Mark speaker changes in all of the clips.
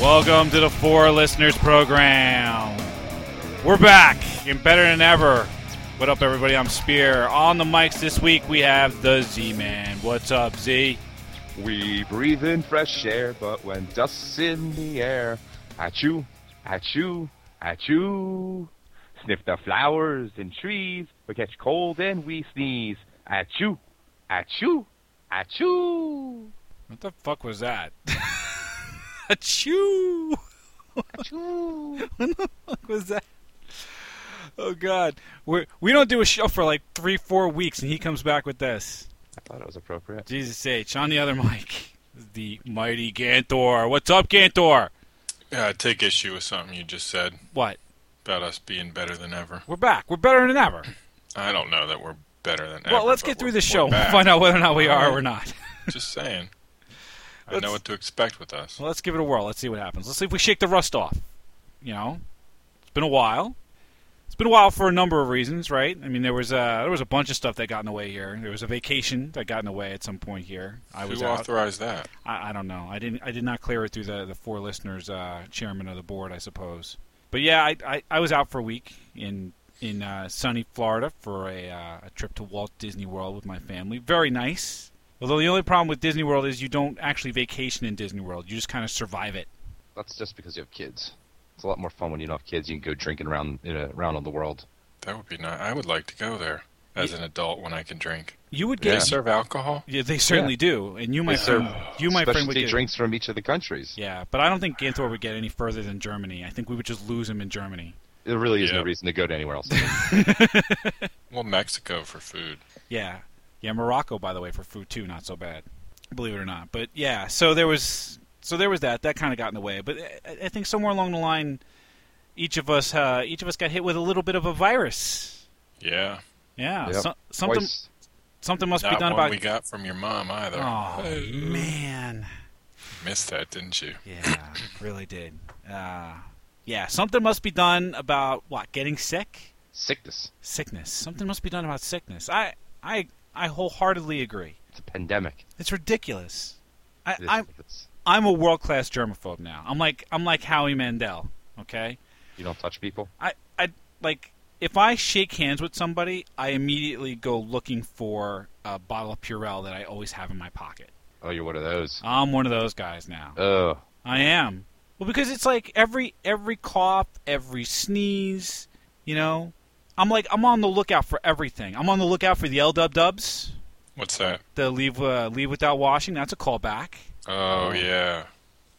Speaker 1: Welcome to the Four Listeners Program. We're back and better than ever. What up, everybody? I'm Spear. On the mics this week, we have the Z Man. What's up, Z?
Speaker 2: We breathe in fresh air, but when dust's in the air, at you, at you, at you. Sniff the flowers and trees, we catch cold and we sneeze. At you, at you, at you,
Speaker 1: What the fuck was that? Achoo!
Speaker 2: at you.
Speaker 1: What was that? Oh God, we we don't do a show for like three, four weeks, and he comes back with this.
Speaker 2: I thought it was appropriate.
Speaker 1: Jesus H. On the other mic, the mighty Gantor. What's up, Gantor?
Speaker 3: Yeah, I take issue with something you just said
Speaker 1: What?
Speaker 3: about us being better than ever.
Speaker 1: We're back. We're better than ever.
Speaker 3: I don't know that we're better than ever.
Speaker 1: well, let's
Speaker 3: but
Speaker 1: get
Speaker 3: we're-
Speaker 1: through the
Speaker 3: we're
Speaker 1: show. We'll
Speaker 3: back.
Speaker 1: find out whether or not we
Speaker 3: All
Speaker 1: are
Speaker 3: right.
Speaker 1: or not.
Speaker 3: Just saying. I
Speaker 1: Let's-
Speaker 3: know what to expect with us.
Speaker 1: Well, let's give it a whirl. Let's see what happens. Let's see if we shake the rust off. You know, it's been a while. It's been a while for a number of reasons, right? I mean, there was uh, there was a bunch of stuff that got in the way here. There was a vacation that got in the way at some point here. I was
Speaker 3: Who
Speaker 1: out.
Speaker 3: authorized that?
Speaker 1: I, I don't know. I didn't. I did not clear it through the the four listeners, uh, chairman of the board, I suppose. But yeah, I, I, I was out for a week in in uh, sunny Florida for a uh, a trip to Walt Disney World with my family. Very nice. Although the only problem with Disney World is you don't actually vacation in Disney World. You just kind of survive it.
Speaker 2: That's just because you have kids. It's a lot more fun when you don't have kids. You can go drinking around uh, around on the world.
Speaker 3: That would be nice. I would like to go there as an adult when I can drink.
Speaker 1: You would
Speaker 3: Do
Speaker 1: get.
Speaker 3: they serve alcohol?
Speaker 1: Yeah, they certainly do. And you, my friend, you, my friend, would
Speaker 2: Specialty
Speaker 1: get.
Speaker 2: drinks from each of the countries.
Speaker 1: Yeah, but I don't think Ganthor would get any further than Germany. I think we would just lose him in Germany.
Speaker 2: There really is no
Speaker 3: Yeah.
Speaker 2: reason to go to anywhere else.
Speaker 3: Well, Mexico for food.
Speaker 1: Yeah. Yeah, Morocco by the way for food too, not so bad. Believe it or not. But yeah, so there was so there was that. That kind of got in the way, but I, I think somewhere along the line each of us uh, each of us got hit with a little bit of a virus.
Speaker 3: Yeah.
Speaker 1: Yeah,
Speaker 2: Yep.
Speaker 1: so, something
Speaker 2: Twice.
Speaker 1: something must
Speaker 3: Not
Speaker 1: be done
Speaker 3: one
Speaker 1: about
Speaker 3: we got from your mom either.
Speaker 1: Oh
Speaker 3: Hey,
Speaker 1: man.
Speaker 3: Missed that, didn't you?
Speaker 1: Yeah, really did. Uh, yeah, something must be done about what? Getting sick?
Speaker 2: sickness.
Speaker 1: Sickness. Something must be done about sickness. I I I wholeheartedly agree.
Speaker 2: It's a pandemic.
Speaker 1: It's ridiculous. I,
Speaker 2: It is
Speaker 1: I'm
Speaker 2: ridiculous.
Speaker 1: I'm a world class germaphobe now. I'm like I'm like Howie Mandel. Okay,
Speaker 2: You don't touch people.
Speaker 1: I I like if I shake hands with somebody, I immediately go looking for a bottle of Purell that I always have in my pocket.
Speaker 2: Oh, you're one of those.
Speaker 1: I'm one of those guys now.
Speaker 2: Oh,
Speaker 1: I am. Well, because it's like every every cough, every sneeze, you know, I'm like I'm on the lookout for everything. I'm on the lookout for the L Dub Dubs,
Speaker 3: What's that?
Speaker 1: the leave uh, leave without washing. That's a callback.
Speaker 3: Oh, yeah.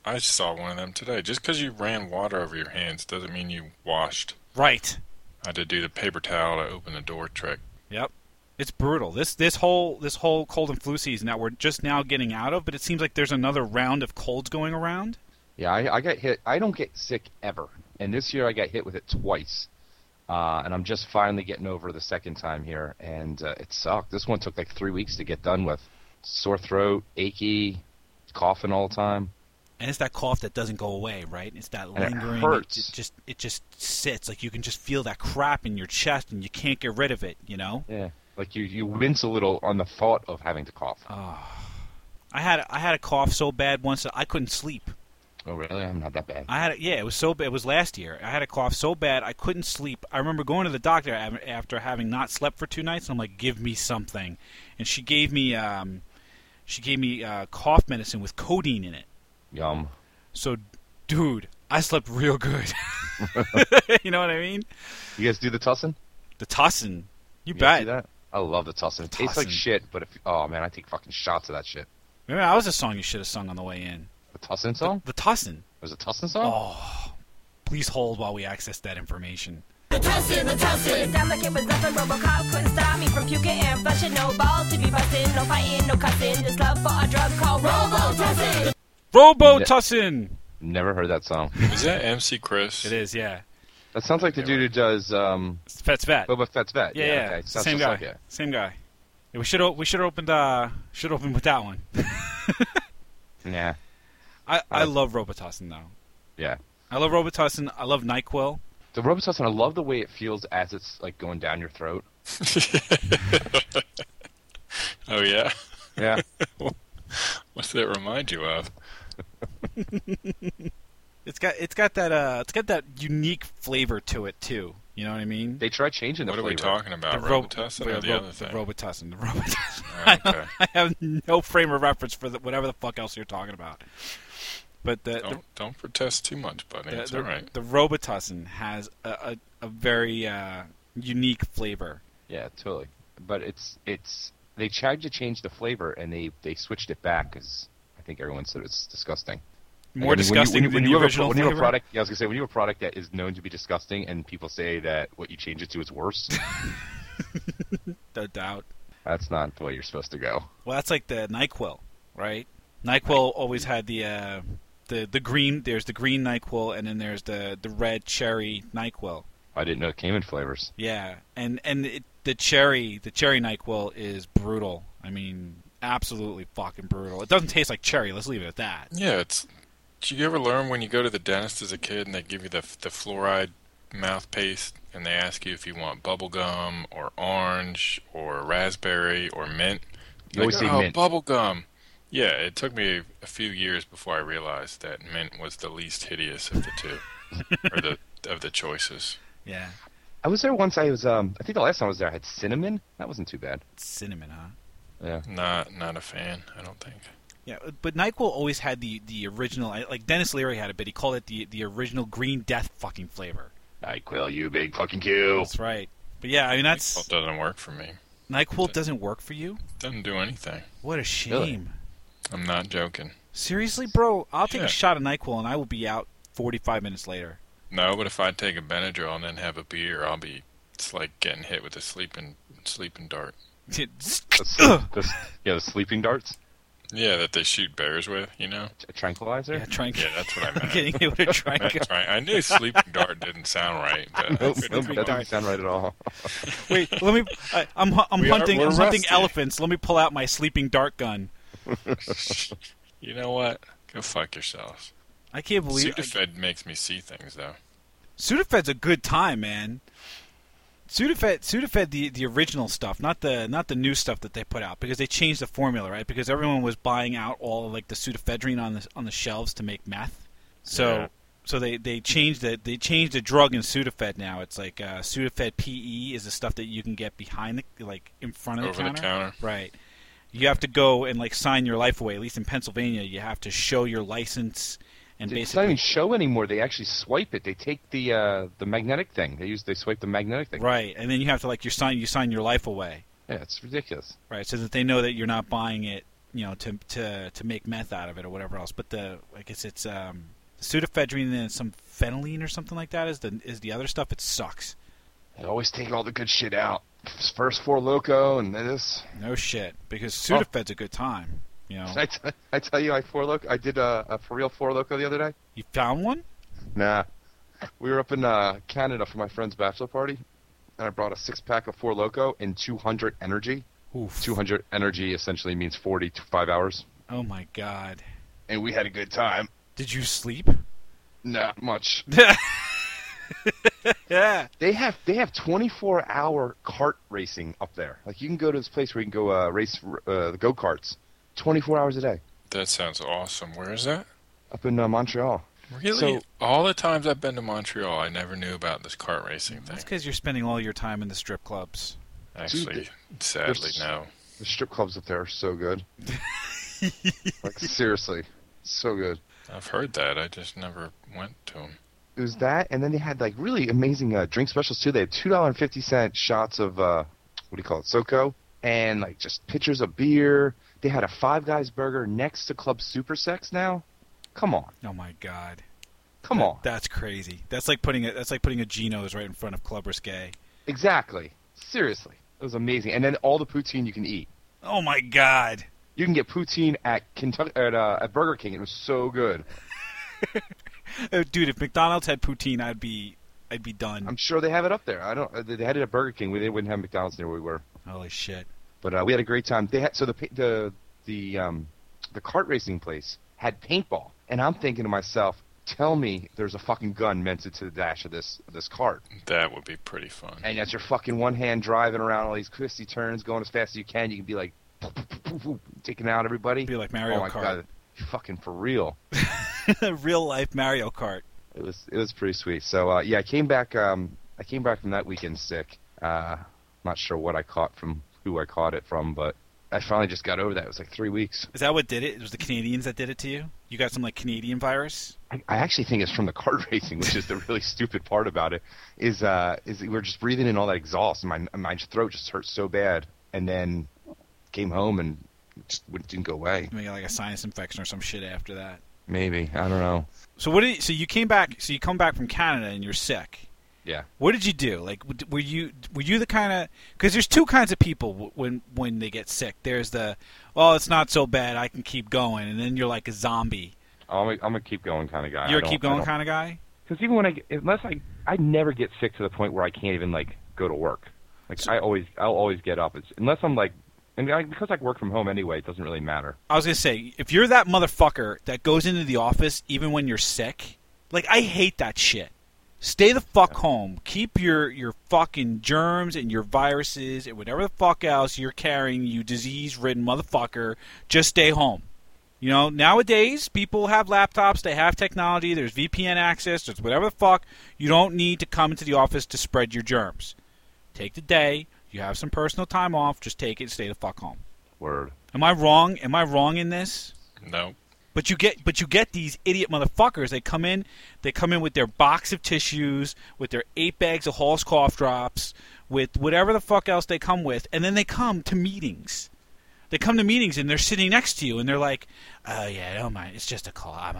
Speaker 3: I saw one of them today. Just because you ran water over your hands doesn't mean you washed.
Speaker 1: Right.
Speaker 3: I had to do the paper towel to open the door trick.
Speaker 1: Yep. It's brutal. This this whole this whole cold and flu season that we're just now getting out of, but it seems like there's another round of colds going around.
Speaker 2: yeah. I, I got hit. I don't get sick ever, and this year I got hit with it twice. Uh, and I'm just finally getting over the second time here, and uh, it sucked. This one took like three weeks to get done with. Sore throat, achy, coughing all the time.
Speaker 1: And it's that cough that doesn't go away, right? It's that
Speaker 2: it
Speaker 1: lingering
Speaker 2: hurts.
Speaker 1: It, just it just sits like you can just feel that crap in your chest and you can't get rid of it, you know?
Speaker 2: Yeah, like you you wince a little on the thought of having to cough.
Speaker 1: I had I had a cough so bad once that I couldn't sleep.
Speaker 2: oh, really? I'm not that bad.
Speaker 1: I had yeah, it was so bad. It was last year. I had a cough so bad I couldn't sleep. I remember going to the doctor av- after having not slept for two nights. And I'm like, give me something, and she gave me um, she gave me uh, cough medicine with codeine in it.
Speaker 2: Yum.
Speaker 1: So, dude, I slept real good. you know what I mean?
Speaker 2: You guys do the tussin?
Speaker 1: The tussin, you
Speaker 2: You guys do
Speaker 1: bet.
Speaker 2: that? I love the tussin. It tastes like
Speaker 1: Tussin.
Speaker 2: shit, but if oh man, I take fucking shots of that shit.
Speaker 1: Remember, that was a song you should have sung on the way in.
Speaker 2: The tussin song?
Speaker 1: The tussin.
Speaker 2: There's a tussin song?
Speaker 1: Oh, please hold while we access that information.
Speaker 4: The tussin, the tussin. It sound like it was nothing. Robocop couldn't stop me from puking and flushing. No balls to be busting, no fighting, no cussing. This love for a drug called Robo-Tussin.
Speaker 1: Robo tussin.
Speaker 2: Never heard that song.
Speaker 3: Is that MC Chris?
Speaker 1: It is, yeah.
Speaker 2: That sounds like the dude who does um,
Speaker 1: It's Fet's vet.
Speaker 2: Boba Fett's vet.
Speaker 1: Yeah, yeah.
Speaker 2: okay.
Speaker 1: it's the
Speaker 2: Sounds
Speaker 1: Same
Speaker 2: just
Speaker 1: guy.
Speaker 2: like it.
Speaker 1: Same guy. Yeah, we should we should opened uh should open with that one.
Speaker 2: Yeah,
Speaker 1: I, I
Speaker 2: Uh,
Speaker 1: love Robitussin though.
Speaker 2: yeah.
Speaker 1: I love Robitussin. I love Nyquil.
Speaker 2: The Robitussin, I love the way it feels as it's like going down your throat.
Speaker 3: Oh yeah.
Speaker 2: Yeah,
Speaker 3: What's that remind you of?
Speaker 1: It's got it's got that uh it's got that unique flavor to it too. You know what I mean?
Speaker 2: They tried changing the
Speaker 3: What are
Speaker 2: flavor.
Speaker 3: we talking about?
Speaker 1: ro-
Speaker 3: Robitussin
Speaker 1: the
Speaker 3: or the
Speaker 1: ro-
Speaker 3: other thing?
Speaker 1: The Robitussin. The Robitussin.
Speaker 3: Oh, okay.
Speaker 1: I have no frame of reference for the, whatever the fuck else you're talking about. But the the,
Speaker 3: don't, don't protest too much, buddy.
Speaker 1: the,
Speaker 3: Oh, It's
Speaker 1: the,
Speaker 3: all right.
Speaker 1: the Robitussin has a, a, a very uh, unique flavor.
Speaker 2: Yeah, totally. But it's it's they tried to change the flavor and they they switched it back because I think everyone said it's disgusting.
Speaker 1: More
Speaker 2: Like, I mean, when you-
Speaker 1: disgusting
Speaker 2: when you-
Speaker 1: than
Speaker 2: when you
Speaker 1: the
Speaker 2: have a-
Speaker 1: original
Speaker 2: when you
Speaker 1: flavor.
Speaker 2: have a product, yeah, I was gonna say when you have a product that is known to be disgusting and people say that what you change it to is worse,
Speaker 1: No doubt.
Speaker 2: that's not the way you're supposed to go.
Speaker 1: Well, that's like the Nyquil, right? Nyquil always had the uh, the the green. There's the green Nyquil, and then there's the the red cherry Nyquil.
Speaker 2: I didn't know it came in flavors.
Speaker 1: Yeah, and and it, the cherry, the cherry Nyquil is brutal. I mean, absolutely fucking brutal. It doesn't taste like cherry. Let's leave it at that.
Speaker 3: Yeah, it's. Did you ever learn when you go to the dentist as a kid and they give you the the fluoride mouth paste and they ask you if you want bubble gum or orange or raspberry or mint?
Speaker 2: You always
Speaker 3: Like,
Speaker 2: say
Speaker 3: oh,
Speaker 2: mint.
Speaker 3: bubble gum. Yeah, it took me a few years before I realized that mint was the least hideous of the two, or the of the choices.
Speaker 1: Yeah,
Speaker 2: I was there once. I was um I think the last time I was there I had cinnamon. That wasn't too bad.
Speaker 1: cinnamon, huh?
Speaker 2: Yeah.
Speaker 3: Not not a fan. I don't think.
Speaker 1: Yeah, but Nyquil always had the the original. Like Dennis Leary had it, but he called it the the original Green Death fucking flavor.
Speaker 2: Nyquil, you big fucking Q.
Speaker 1: That's right. But yeah, I mean
Speaker 3: Well, it
Speaker 1: that's
Speaker 3: doesn't work for me.
Speaker 1: Nyquil doesn't work for you.
Speaker 3: Doesn't do anything.
Speaker 1: What a shame.
Speaker 2: Really?
Speaker 3: I'm not joking.
Speaker 1: Seriously, bro, I'll take
Speaker 3: Yeah.
Speaker 1: a shot of Nyquil and I will be out 45 minutes later.
Speaker 3: No, but if I take a Benadryl and then have a beer, I'll be. It's like getting hit with a sleeping sleeping dart.
Speaker 2: The, sleep, the, s- yeah, the sleeping darts,
Speaker 3: Yeah, that they shoot bears with. You know.
Speaker 2: a tranquilizer.
Speaker 1: yeah, trying
Speaker 3: Yeah, that's what I meant.
Speaker 1: getting it with a
Speaker 3: I, meant
Speaker 1: triangle.
Speaker 3: try- I knew sleeping dart didn't sound right. But I
Speaker 2: Nope,
Speaker 3: couldn't
Speaker 2: nope,
Speaker 3: come
Speaker 2: that
Speaker 3: up-
Speaker 2: doesn't sound right at all.
Speaker 1: Wait, let me. I, I'm hu- I'm
Speaker 3: We are-
Speaker 1: hunting
Speaker 3: we're
Speaker 1: I'm hunting
Speaker 3: rusty.
Speaker 1: elephants. Let me pull out my sleeping dart gun.
Speaker 3: you know what? Go fuck yourselves.
Speaker 1: I can't believe I,
Speaker 3: Sudafed makes me see things though.
Speaker 1: Sudafed's a good time, man. Sudafed, Sudafed, the the original stuff, not the not the new stuff that they put out because they changed the formula, right? Because everyone was buying out all like the Sudafedrine on the on the shelves to make meth. So
Speaker 3: Yeah.
Speaker 1: so they they changed the they changed the drug in Sudafed now. It's like uh, Sudafed PE is the stuff that you can get behind the like in front of
Speaker 3: Over the counter.
Speaker 1: Right. You have to go and like sign your life away. At least in Pennsylvania, you have to show your license and
Speaker 2: It's not
Speaker 1: basically
Speaker 2: even show anymore. They actually swipe it. They take the uh, the magnetic thing. They use they swipe the magnetic thing.
Speaker 1: right. And then you have to like you sign you sign your life away,
Speaker 2: Yeah, it's ridiculous.
Speaker 1: right? So that they know that you're not buying it, you know, to to to make meth out of it or whatever else. But the I guess it's um, pseudoephedrine and some phenyline or something like that is the is the other stuff. It sucks.
Speaker 2: They always take all the good shit out. First four loco and then this.
Speaker 1: No shit, because Sudafed's a good time. You know,
Speaker 2: I, t- I tell you, I four loco. I did a, a for real four loco the other day.
Speaker 1: you found one.
Speaker 2: Nah, we were up in uh, Canada for my friend's bachelor party, and I brought a six pack of four loco and two hundred energy.
Speaker 1: Oof.
Speaker 2: Two hundred energy essentially means forty to five hours,
Speaker 1: Oh my god.
Speaker 2: and we had a good time.
Speaker 1: Did you sleep?
Speaker 2: Not much.
Speaker 1: Yeah.
Speaker 2: They have they have 24 hour kart racing up there. Like you can go to this place where you can go uh, race uh, the go karts 24 hours a day
Speaker 3: That sounds awesome. Where is that?
Speaker 2: up in uh, Montreal.
Speaker 3: Really?
Speaker 1: So-
Speaker 3: all the times I've been to Montreal, I never knew about this kart racing thing.
Speaker 1: That's because you're spending all your time in the strip clubs.
Speaker 3: Actually, sadly,
Speaker 2: there's-
Speaker 3: no.
Speaker 2: The strip clubs up there are so good. like seriously, so good.
Speaker 3: I've heard that. I just never went to them.
Speaker 2: It was that, and then they had like really amazing uh, drink specials too. They had two dollar and fifty cent shots of uh, what do you call it, SoCo, and like just pitchers of beer. They had a Five Guys burger next to Club Super Sex. Now, come on,
Speaker 1: Oh my god.
Speaker 2: come on,
Speaker 1: That's crazy. That's like putting a that's like putting a Geno's right in front of Club Risque.
Speaker 2: Exactly. Seriously. It was amazing. And then all the poutine you can eat.
Speaker 1: Oh my god.
Speaker 2: You can get poutine at Kentucky at, uh, at Burger King. It was so good.
Speaker 1: Oh, dude, if McDonald's had poutine, I'd be I'd be done.
Speaker 2: I'm sure they have it up there. I don't. uh, They had it at Burger King. We they wouldn't have McDonald's near where we were.
Speaker 1: Holy shit.
Speaker 2: But uh, we had a great time. They had so the pa- the the um the kart racing place had paintball, and I'm thinking to myself, tell me there's a fucking gun meant to the dash of this of this cart,
Speaker 1: Mm-hmm.
Speaker 3: That would be pretty fun.
Speaker 2: and that's your fucking one hand driving around all these twisty turns, going as fast as you can. You can be like taking out everybody.
Speaker 1: Be like Mario
Speaker 2: oh my
Speaker 1: Kart.
Speaker 2: god, you're fucking for real.
Speaker 1: real life Mario Kart.
Speaker 2: It was it was pretty sweet. So uh, yeah, I came back. Um, I came back from that weekend sick. Uh, not sure what I caught from who I caught it from, but I finally just got over that. It was like three weeks.
Speaker 1: Is that what did it? It was the Canadians that did it to you? You got some like Canadian virus?
Speaker 2: I, I actually think it's from the kart racing, which is the really stupid part about it. Is uh, is we we're just breathing in all that exhaust, and my my throat just hurt so bad, and then came home and just wouldn't- didn't go away.
Speaker 1: You got like a sinus infection or some shit after that.
Speaker 2: Maybe I don't know.
Speaker 1: So what? Did you, so you came back. So you come back from Canada and you're sick.
Speaker 2: Yeah.
Speaker 1: What did you do? Like, w- were you were you the kind of because there's two kinds of people w- when when they get sick. There's the, well, it's not so bad. I can keep going, and then you're like a zombie.
Speaker 2: I'm a, I'm a keep going kind of guy.
Speaker 1: You're a keep going kind of guy.
Speaker 2: Because even when I get- unless I I never get sick to the point where I can't even like go to work. Like I always I'll always get up. It's, unless I'm like and I, because I work from home anyway, it doesn't really matter.
Speaker 1: I was gonna say if you're that motherfucker that goes into the office even when you're sick, like I hate that shit. Stay the fuck home. Keep your your fucking germs and your viruses and whatever the fuck else you're carrying, you disease ridden motherfucker. Just stay home. You know, nowadays people have laptops, they have technology, there's VPN access, there's whatever the fuck. You don't need to come into the office to spread your germs. Take the day, you have some personal time off, just take it and stay the fuck home.
Speaker 2: Word.
Speaker 1: Am I wrong? Am I wrong in this?
Speaker 3: No.
Speaker 1: But you get but you get these idiot motherfuckers. They come in, they come in with their box of tissues, with their eight bags of Hall's cough drops, with whatever the fuck else they come with, and then they come to meetings. They come to meetings and they're sitting next to you and they're like, "Oh yeah, don't mind. It's just a call. I'm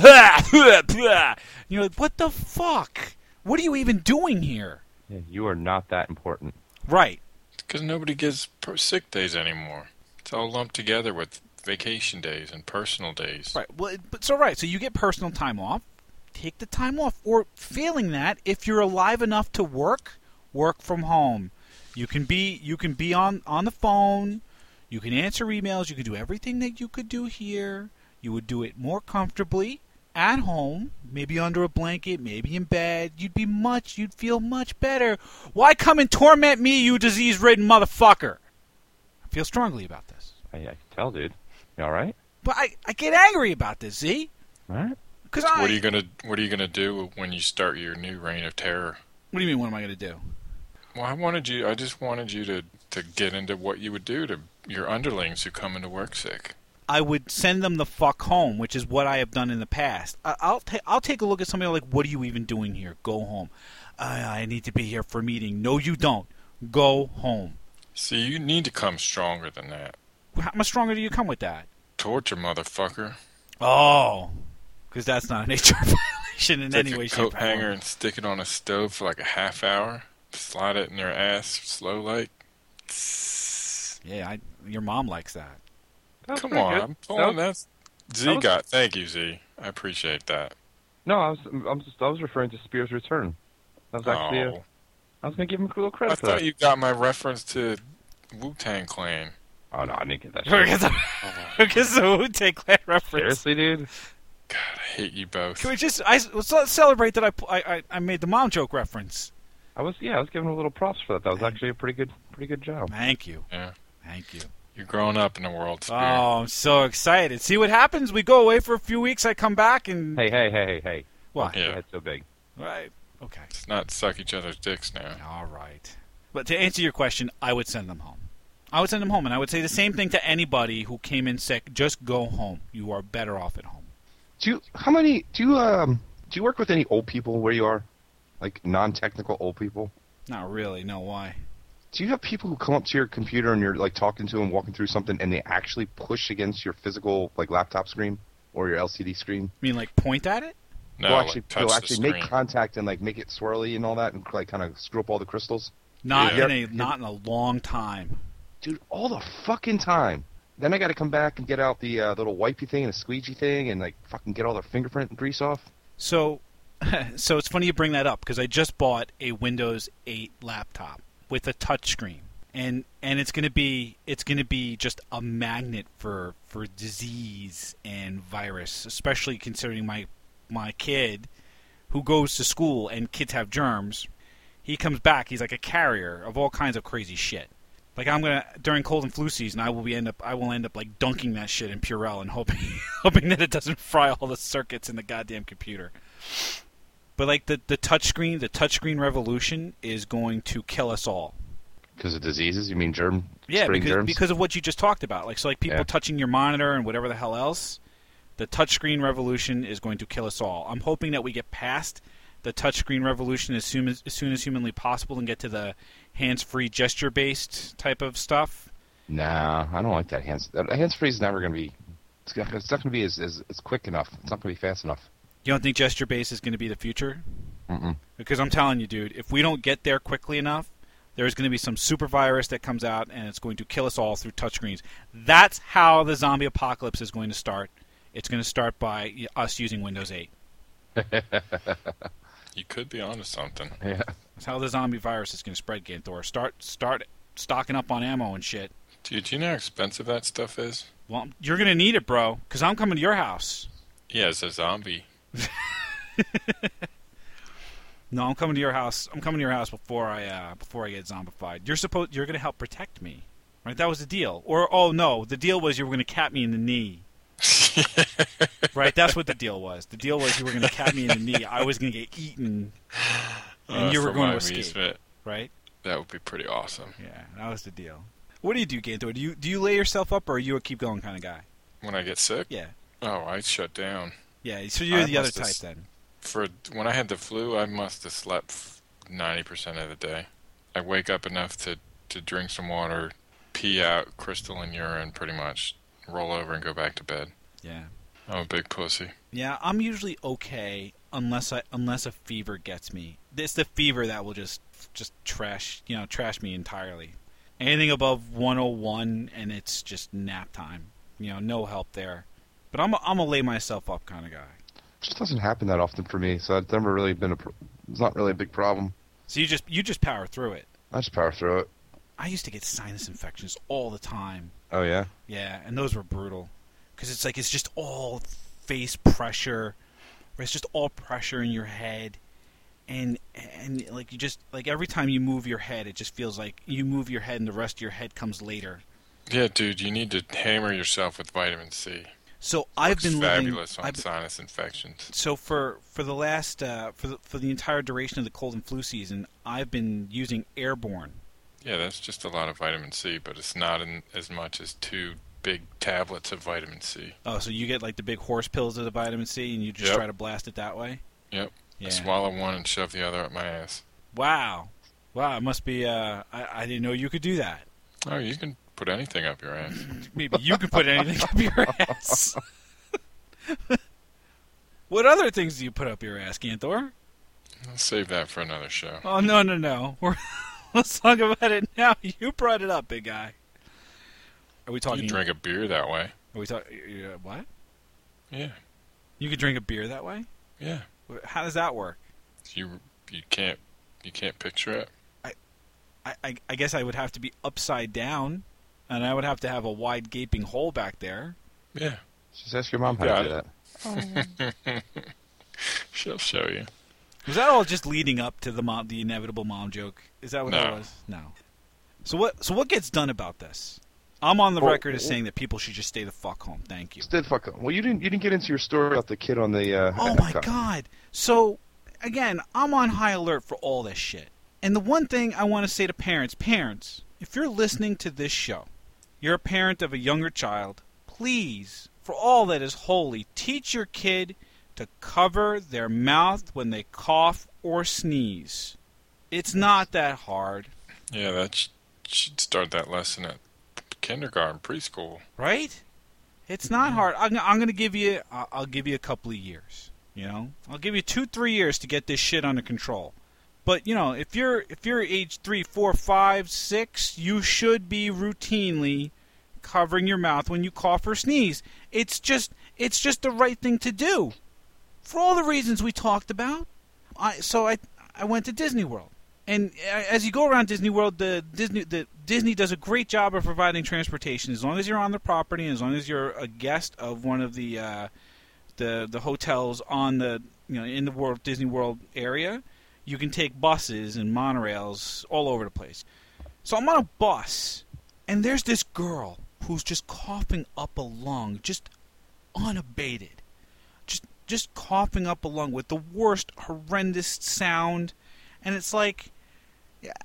Speaker 1: okay." You're like, "What the fuck? What are you even doing here?"
Speaker 2: Yeah, you are not that important.
Speaker 1: Right.
Speaker 3: Because nobody gets per- sick days anymore. It's all lumped together with vacation days and personal days.
Speaker 1: Right. Well, it- but so right. So you get personal time off. Take the time off, or failing that, if you're alive enough to work, work from home. You can be you can be on on the phone. You can answer emails. You can do everything that you could do here. You would do it more comfortably at home, maybe under a blanket, maybe in bed. You'd be much. You'd feel much better. Why come and torment me, you disease-ridden motherfucker? I feel strongly about this,
Speaker 2: I, I can tell, dude. You all right?
Speaker 1: but I I get angry about this. See.
Speaker 2: All right.
Speaker 1: Because I,
Speaker 3: What are you gonna What are you gonna do when you start your new reign of terror?
Speaker 1: What do you mean? What am I going to do?
Speaker 3: Well, I wanted you. I just wanted you to to get into what you would do to your underlings who come into work sick.
Speaker 1: I would send them the fuck home, which is what I have done in the past. I, I'll ta- I'll take a look at somebody like, what are you even doing here? Go home. I, I need to be here for a meeting. No, you don't. Go home.
Speaker 3: See, you need to come stronger than that.
Speaker 1: How much stronger do you come with that?
Speaker 3: Torture, motherfucker.
Speaker 1: Oh, because that's not an HR violation in
Speaker 3: Take
Speaker 1: any way,
Speaker 3: a
Speaker 1: shape, or
Speaker 3: coat
Speaker 1: form.
Speaker 3: hanger and stick it on a stove for like a half hour. Slide it in their ass, slow like.
Speaker 1: Yeah, I, your mom likes that.
Speaker 3: Come on, I'm pulling that. Z
Speaker 2: That was-
Speaker 3: got. Thank you, Z. I appreciate that.
Speaker 2: No, I was I'm just I was referring to Spears' return. I was actually uh,
Speaker 3: Oh,
Speaker 2: I was gonna give him a little
Speaker 3: I
Speaker 2: credit for
Speaker 3: thought
Speaker 2: that.
Speaker 3: you got my reference to Wu Tang Clan.
Speaker 2: Oh no, I didn't get that. shit.
Speaker 1: Because the Wu Tang Clan reference.
Speaker 2: Seriously, dude.
Speaker 3: God, I hate you both.
Speaker 1: Can we just I, let's not celebrate that I, pu- I, I I made the mom joke reference.
Speaker 2: I was yeah, I was giving him a little props for that. That was actually a pretty good pretty good job.
Speaker 1: Thank you.
Speaker 3: Yeah.
Speaker 1: Thank you.
Speaker 3: You're growing up in the world. Spear.
Speaker 1: Oh, I'm so excited. See what happens? We go away for a few weeks, I come back and
Speaker 2: Hey, hey, hey, hey, hey.
Speaker 1: what?
Speaker 3: Yeah.
Speaker 2: Your head's so big.
Speaker 1: Right. Okay.
Speaker 3: Let's not suck each other's dicks now.
Speaker 1: All right. But to answer your question, I would send them home. I would send them home and I would say the same thing to anybody who came in sick, just go home. You are better off at home.
Speaker 2: Do you, how many do you um do you work with any old people where you are? Like non-technical old people?
Speaker 1: Not really, no why.
Speaker 2: Do you have people who come up to your computer and you're like talking to them, walking through something, and they actually push against your physical like laptop screen or your LCD screen?
Speaker 1: I mean like point at it?
Speaker 3: No,
Speaker 2: they'll
Speaker 3: like,
Speaker 2: actually,
Speaker 3: touch
Speaker 2: they'll
Speaker 3: the
Speaker 2: actually make
Speaker 3: screen.
Speaker 2: contact and like make it swirly and all that, and like kind of screw up all the crystals.
Speaker 1: Not
Speaker 3: Yeah.
Speaker 1: in a not in a long time.
Speaker 2: Dude, all the fucking time. Then I got to come back and get out the uh, little wipey thing and the squeegee thing and like fucking get all their fingerprint grease off.
Speaker 1: So, so it's funny you bring that up because I just bought a Windows 8 laptop with a touchscreen, and and it's gonna be it's gonna be just a magnet for for disease and virus, especially considering my my kid who goes to school and kids have germs. He comes back, he's like a carrier of all kinds of crazy shit. Like I'm gonna during cold and flu season, I will be end up I will end up like dunking that shit in Purell and hoping hoping that it doesn't fry all the circuits in the goddamn computer. But like the the touchscreen, the touchscreen revolution is going to kill us all.
Speaker 2: Because of diseases? You mean germ?
Speaker 1: Yeah,
Speaker 2: spreading
Speaker 1: because
Speaker 2: germs?
Speaker 1: because of what you just talked about. Like so, like people
Speaker 2: Yeah.
Speaker 1: touching your monitor and whatever the hell else. The touchscreen revolution is going to kill us all. I'm hoping that we get past the touchscreen revolution as soon as, as soon as humanly possible and get to the hands-free gesture-based type of stuff.
Speaker 2: Nah, I don't like that hands. That hands free is never going to be. It's, gonna- it's not going to be as, as, as quick enough. It's not going to be fast enough.
Speaker 1: You don't think gesture-based is going to be the future?
Speaker 2: Mm-mm.
Speaker 1: Because I'm telling you, dude, if we don't get there quickly enough, there's going to be some super virus that comes out and it's going to kill us all through touchscreens. That's how the zombie apocalypse is going to start. It's going to start by y- us using Windows 8.
Speaker 3: You could be onto something.
Speaker 2: Yeah.
Speaker 1: That's how the zombie virus is going to spread, Game Thor. Start start stocking up on ammo and shit.
Speaker 3: Dude, do you know how expensive that stuff is?
Speaker 1: Well, you're going to need it, bro, because I'm coming to your house.
Speaker 3: Yeah, as a zombie.
Speaker 1: No, I'm coming to your house. I'm coming to your house before I uh, before I get zombified. You're supposed you're going to help protect me, right? That was the deal. Or oh no, the deal was you were going to cap me in the knee, right? That's what the deal was. The deal was you were going to cap me in the knee. I was going to get eaten, and
Speaker 3: Uh,
Speaker 1: you were
Speaker 3: for
Speaker 1: going
Speaker 3: my
Speaker 1: to escape,
Speaker 3: amusement.
Speaker 1: right?
Speaker 3: That would be pretty awesome.
Speaker 1: Yeah, that was the deal. What do you do, Gantor? Do you do you lay yourself up, or are you a keep going kind of guy?
Speaker 3: When I get sick?
Speaker 1: Yeah,
Speaker 3: Oh, I shut down.
Speaker 1: yeah. So you're
Speaker 3: I
Speaker 1: the other
Speaker 3: must have
Speaker 1: type
Speaker 3: s-
Speaker 1: then.
Speaker 3: For when I had the flu, I must have slept ninety percent of the day. I wake up enough to to drink some water, pee out crystalline urine, pretty much, roll over and go back to bed.
Speaker 1: Yeah.
Speaker 3: I'm a big pussy.
Speaker 1: Yeah, I'm usually okay unless I unless a fever gets me. It's the fever that will just just trash you know trash me entirely. Anything above 101 and it's just nap time. You know, no help there. But I'm a, I'm a lay myself up kind of guy.
Speaker 2: just doesn't happen that often for me, so it's never really been a. Pro- it's not really a big problem.
Speaker 1: So you just you just power through it.
Speaker 2: I just power through it.
Speaker 1: I used to get sinus infections all the time.
Speaker 2: Oh yeah.
Speaker 1: Yeah, and those were brutal because it's like it's just all face pressure, or it's just all pressure in your head, and and like you just like every time you move your head, it just feels like you move your head and the rest of your head comes later.
Speaker 3: Yeah, dude, you need to hammer yourself with vitamin C.
Speaker 1: So I've
Speaker 3: Works
Speaker 1: been living.
Speaker 3: fabulous on
Speaker 1: I've-
Speaker 3: sinus infections.
Speaker 1: so for for the last uh, for the, for the entire duration of the cold and flu season, I've been using Airborne.
Speaker 3: Yeah, that's just a lot of vitamin C, but it's not in, as much as two big tablets of vitamin C.
Speaker 1: Oh, so you get like the big horse pills of the vitamin C, and you just
Speaker 3: Yep.
Speaker 1: try to blast it that way.
Speaker 3: Yep.
Speaker 1: Yeah.
Speaker 3: I swallow one and shove the other up my ass.
Speaker 1: Wow. Wow, it must be. Uh, I, I didn't know you could do that.
Speaker 3: Oh, you can put anything up your ass.
Speaker 1: Maybe you could put anything up your ass. what other things do you put up your ass, Ganthor?
Speaker 3: I'll save that for another show.
Speaker 1: Oh, no, no, no. We're, let's talk about it now. You brought it up, big guy. Are we
Speaker 3: You
Speaker 1: talking?
Speaker 3: drink a beer that way.
Speaker 1: Are we talking? Uh, what?
Speaker 3: Yeah,
Speaker 1: You could drink a beer that way?
Speaker 3: yeah.
Speaker 1: Wh- How does that work?
Speaker 3: You you can't you can't picture it.
Speaker 1: I, I, I guess I would have to be upside down, and I would have to have a wide gaping hole back there.
Speaker 3: Yeah,
Speaker 2: Just ask your mom how
Speaker 3: Got
Speaker 2: to do
Speaker 3: it.
Speaker 2: that.
Speaker 3: she'll show you.
Speaker 1: Was that all just leading up to the mom, the inevitable mom joke? Is that what that
Speaker 3: No.
Speaker 1: was? No. So what? So what gets done about this? I'm on the
Speaker 2: Well,
Speaker 1: record as
Speaker 2: well-
Speaker 1: saying that people should just stay the fuck home. Thank you.
Speaker 2: Just did fuck. Well, you didn't. You didn't get into your story about the kid on the. Uh,
Speaker 1: Oh my god. So again, I'm on high alert for all this shit. And the one thing I want to say to parents, parents, if you're listening to this show, you're a parent of a younger child, please, for all that is holy, teach your kid to cover their mouth when they cough or sneeze. It's not that hard,
Speaker 3: Yeah, that sh- should start that lesson at kindergarten, preschool.
Speaker 1: right? It's not hard. I'm, I'm going to give you I- I'll give you a couple of years, you know? I'll give you 2 3 years to get this shit under control. But, you know, if you're if you're age three, four, five, six, you should be routinely covering your mouth when you cough or sneeze. It's just it's just the right thing to do. For all the reasons we talked about. I so I I went to Disney World. And uh, as you go around Disney World, the Disney the Disney does a great job of providing transportation as long as you're on the property and as long as you're a guest of one of the uh, the the hotels on the you know in the world Disney World area, you can take buses and monorails all over the place. So I'm on a bus And there's this girl who's just coughing up a lung, just unabated. Just just coughing up a lung with the worst horrendous sound. And it's like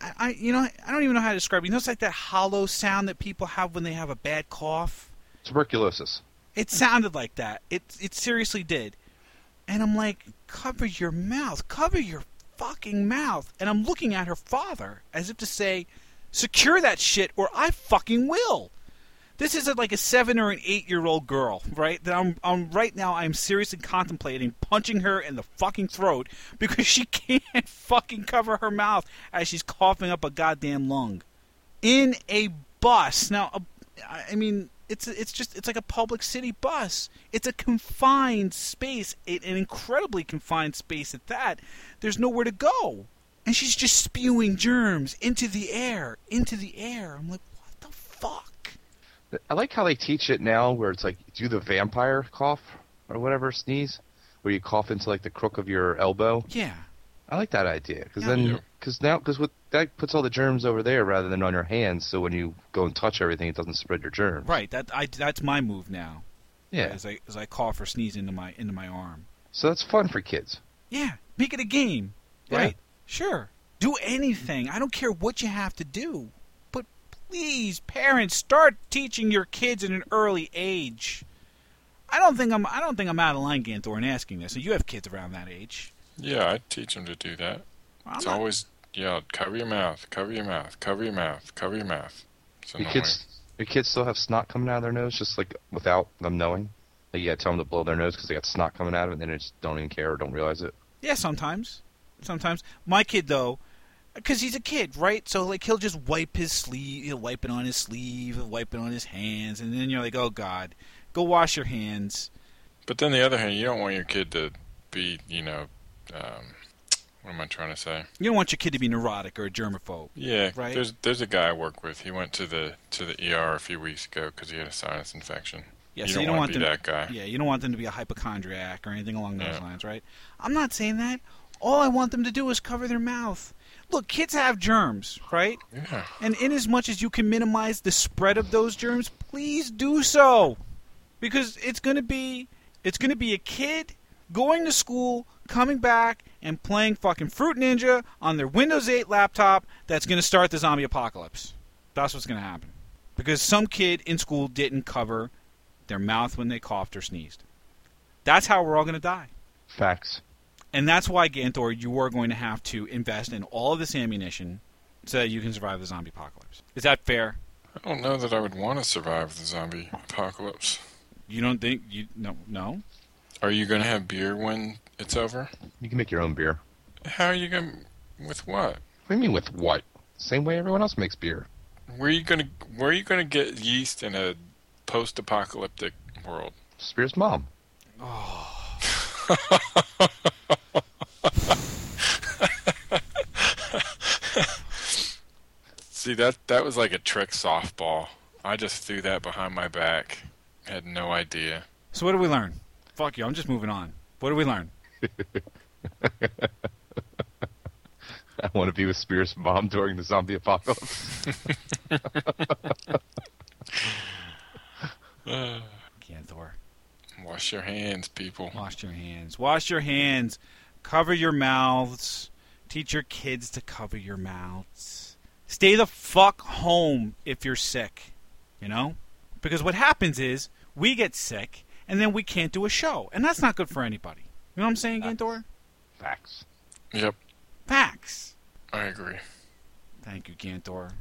Speaker 1: I, I you know, I don't even know how to describe it. You know it's like that hollow sound that people have when they have a bad cough?
Speaker 2: Tuberculosis.
Speaker 1: It sounded like that. It it seriously did. And I'm like, cover your mouth, cover your fucking mouth. And I'm looking at her father as if to say, secure that shit or I fucking will. This is like a seven or an eight year old girl, right? That I'm, I'm right now. I'm seriously contemplating punching her in the fucking throat because she can't fucking cover her mouth as she's coughing up a goddamn lung in a bus. Now, a- I mean, it's it's just it's like a public city bus. It's a confined space, it, an incredibly confined space at that. There's nowhere to go, and she's just spewing germs into the air, into the air. I'm like, what the fuck?
Speaker 2: I like how they teach it now, where it's like do the vampire cough or whatever sneeze, where you cough into like the crook of your elbow.
Speaker 1: Yeah,
Speaker 2: I like that idea because
Speaker 1: Yeah.
Speaker 3: Yeah.
Speaker 2: then because now because what that puts all the germs over there rather than on your hands. So when you go and touch everything, it doesn't spread your germs.
Speaker 1: right. That I that's my move now.
Speaker 2: Yeah.
Speaker 1: as I as I cough or sneeze into my into my arm.
Speaker 2: So that's fun for kids.
Speaker 1: Yeah, make it a game,
Speaker 2: Yeah.
Speaker 1: right? Sure. Do anything. I don't care what you have to do. But please, parents, start teaching your kids at an early age. I don't think I'm I don't think I'm out of line, Ganthorn, asking this. So you have kids around that age.
Speaker 3: Yeah, I teach them to do that.
Speaker 1: I'm
Speaker 3: It's
Speaker 1: not-
Speaker 3: always yelled, cover your mouth, cover your mouth, cover your mouth, cover your mouth. It's
Speaker 2: Your
Speaker 3: annoying.
Speaker 2: kids, your kids still have snot coming out of their nose, just like without them knowing. Like you gotta tell them to blow their nose because they got snot coming out of it, and then they just don't even care or don't realize it.
Speaker 1: Yeah, sometimes. Sometimes my kid though, because he's a kid, right? So like he'll just wipe his sleeve, he'll wipe it on his sleeve, he'll wipe it on his hands, and then you're like, oh god, go wash your hands.
Speaker 3: But then the other hand, you don't want your kid to be, you know, um, what am I trying to say?
Speaker 1: You don't want your kid to be neurotic or a germaphobe.
Speaker 3: Yeah,
Speaker 1: Right.
Speaker 3: there's there's a guy I work with. He went to the to the ER a few weeks ago because he had a sinus infection.
Speaker 1: Yeah,
Speaker 3: you,
Speaker 1: so
Speaker 3: don't
Speaker 1: you don't
Speaker 3: want to be
Speaker 1: them.
Speaker 3: that guy.
Speaker 1: Yeah, you don't want them to be a hypochondriac or anything along those
Speaker 3: Yeah.
Speaker 1: lines, right? I'm not saying that. All I want them to do is cover their mouth. Look, kids have germs, right?
Speaker 3: Yeah.
Speaker 1: And in as much as you can minimize the spread of those germs, please do so. Because it's going to be it's going to be a kid going to school, coming back and playing fucking Fruit Ninja on their Windows 8 laptop that's going to start the zombie apocalypse. That's what's going to happen. Because some kid in school didn't cover their mouth when they coughed or sneezed. That's how we're all going to die.
Speaker 2: Facts.
Speaker 1: And that's why, Gantor, you are going to have to invest in all of this ammunition so that you can survive the zombie apocalypse. Is that fair?
Speaker 3: I don't know that I would want to survive the zombie apocalypse.
Speaker 1: You don't think you no no?
Speaker 3: Are you going to have beer when it's over?
Speaker 2: You can make your own beer.
Speaker 3: How are you going to with what?
Speaker 2: What do you mean with what? Same way everyone else makes beer.
Speaker 3: Where are you going to where are you going to get yeast in a post-apocalyptic world?
Speaker 2: Spear's mom.
Speaker 3: See that that was like a trick softball. I just threw that behind my back. Had no idea.
Speaker 1: So what do we learn? Fuck you, I'm just moving on. What do we learn?
Speaker 2: I want to be with Spear's mom during the zombie apocalypse.
Speaker 3: Uh.
Speaker 1: Ganthor.
Speaker 3: Wash your hands, people.
Speaker 1: Wash your hands. Wash your hands. Cover your mouths. Teach your kids to cover your mouths. Stay the fuck home if you're sick. You know? Because what happens is we get sick and then we can't do a show. And that's not good for anybody. You know what I'm saying, Gantor?
Speaker 2: Facts.
Speaker 3: Yep,
Speaker 1: Facts.
Speaker 3: I agree.
Speaker 1: Thank you, Gantor.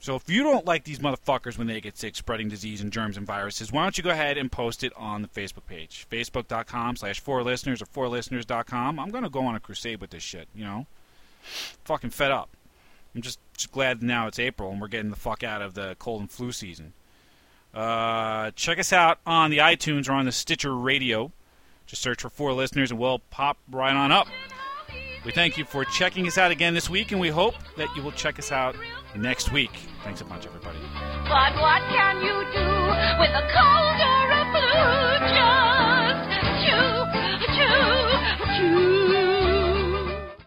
Speaker 1: So if you don't like these motherfuckers when they get sick spreading disease and germs and viruses, why don't you go ahead and post it on the Facebook page? Facebook.com slash four listeners or four listeners.com. I'm going to go on a crusade with this shit, you know? Fucking fed up. I'm just, just glad now it's April and we're getting the fuck out of the cold and flu season. Uh, check us out on the iTunes or on the Stitcher Radio. Just search for four listeners and we'll pop right on up. We thank you for checking us out again this week, and we hope that you will check us out next week. Thanks a bunch, everybody.
Speaker 5: But what can you do with a cold or a blue? Just chew, chew, chew.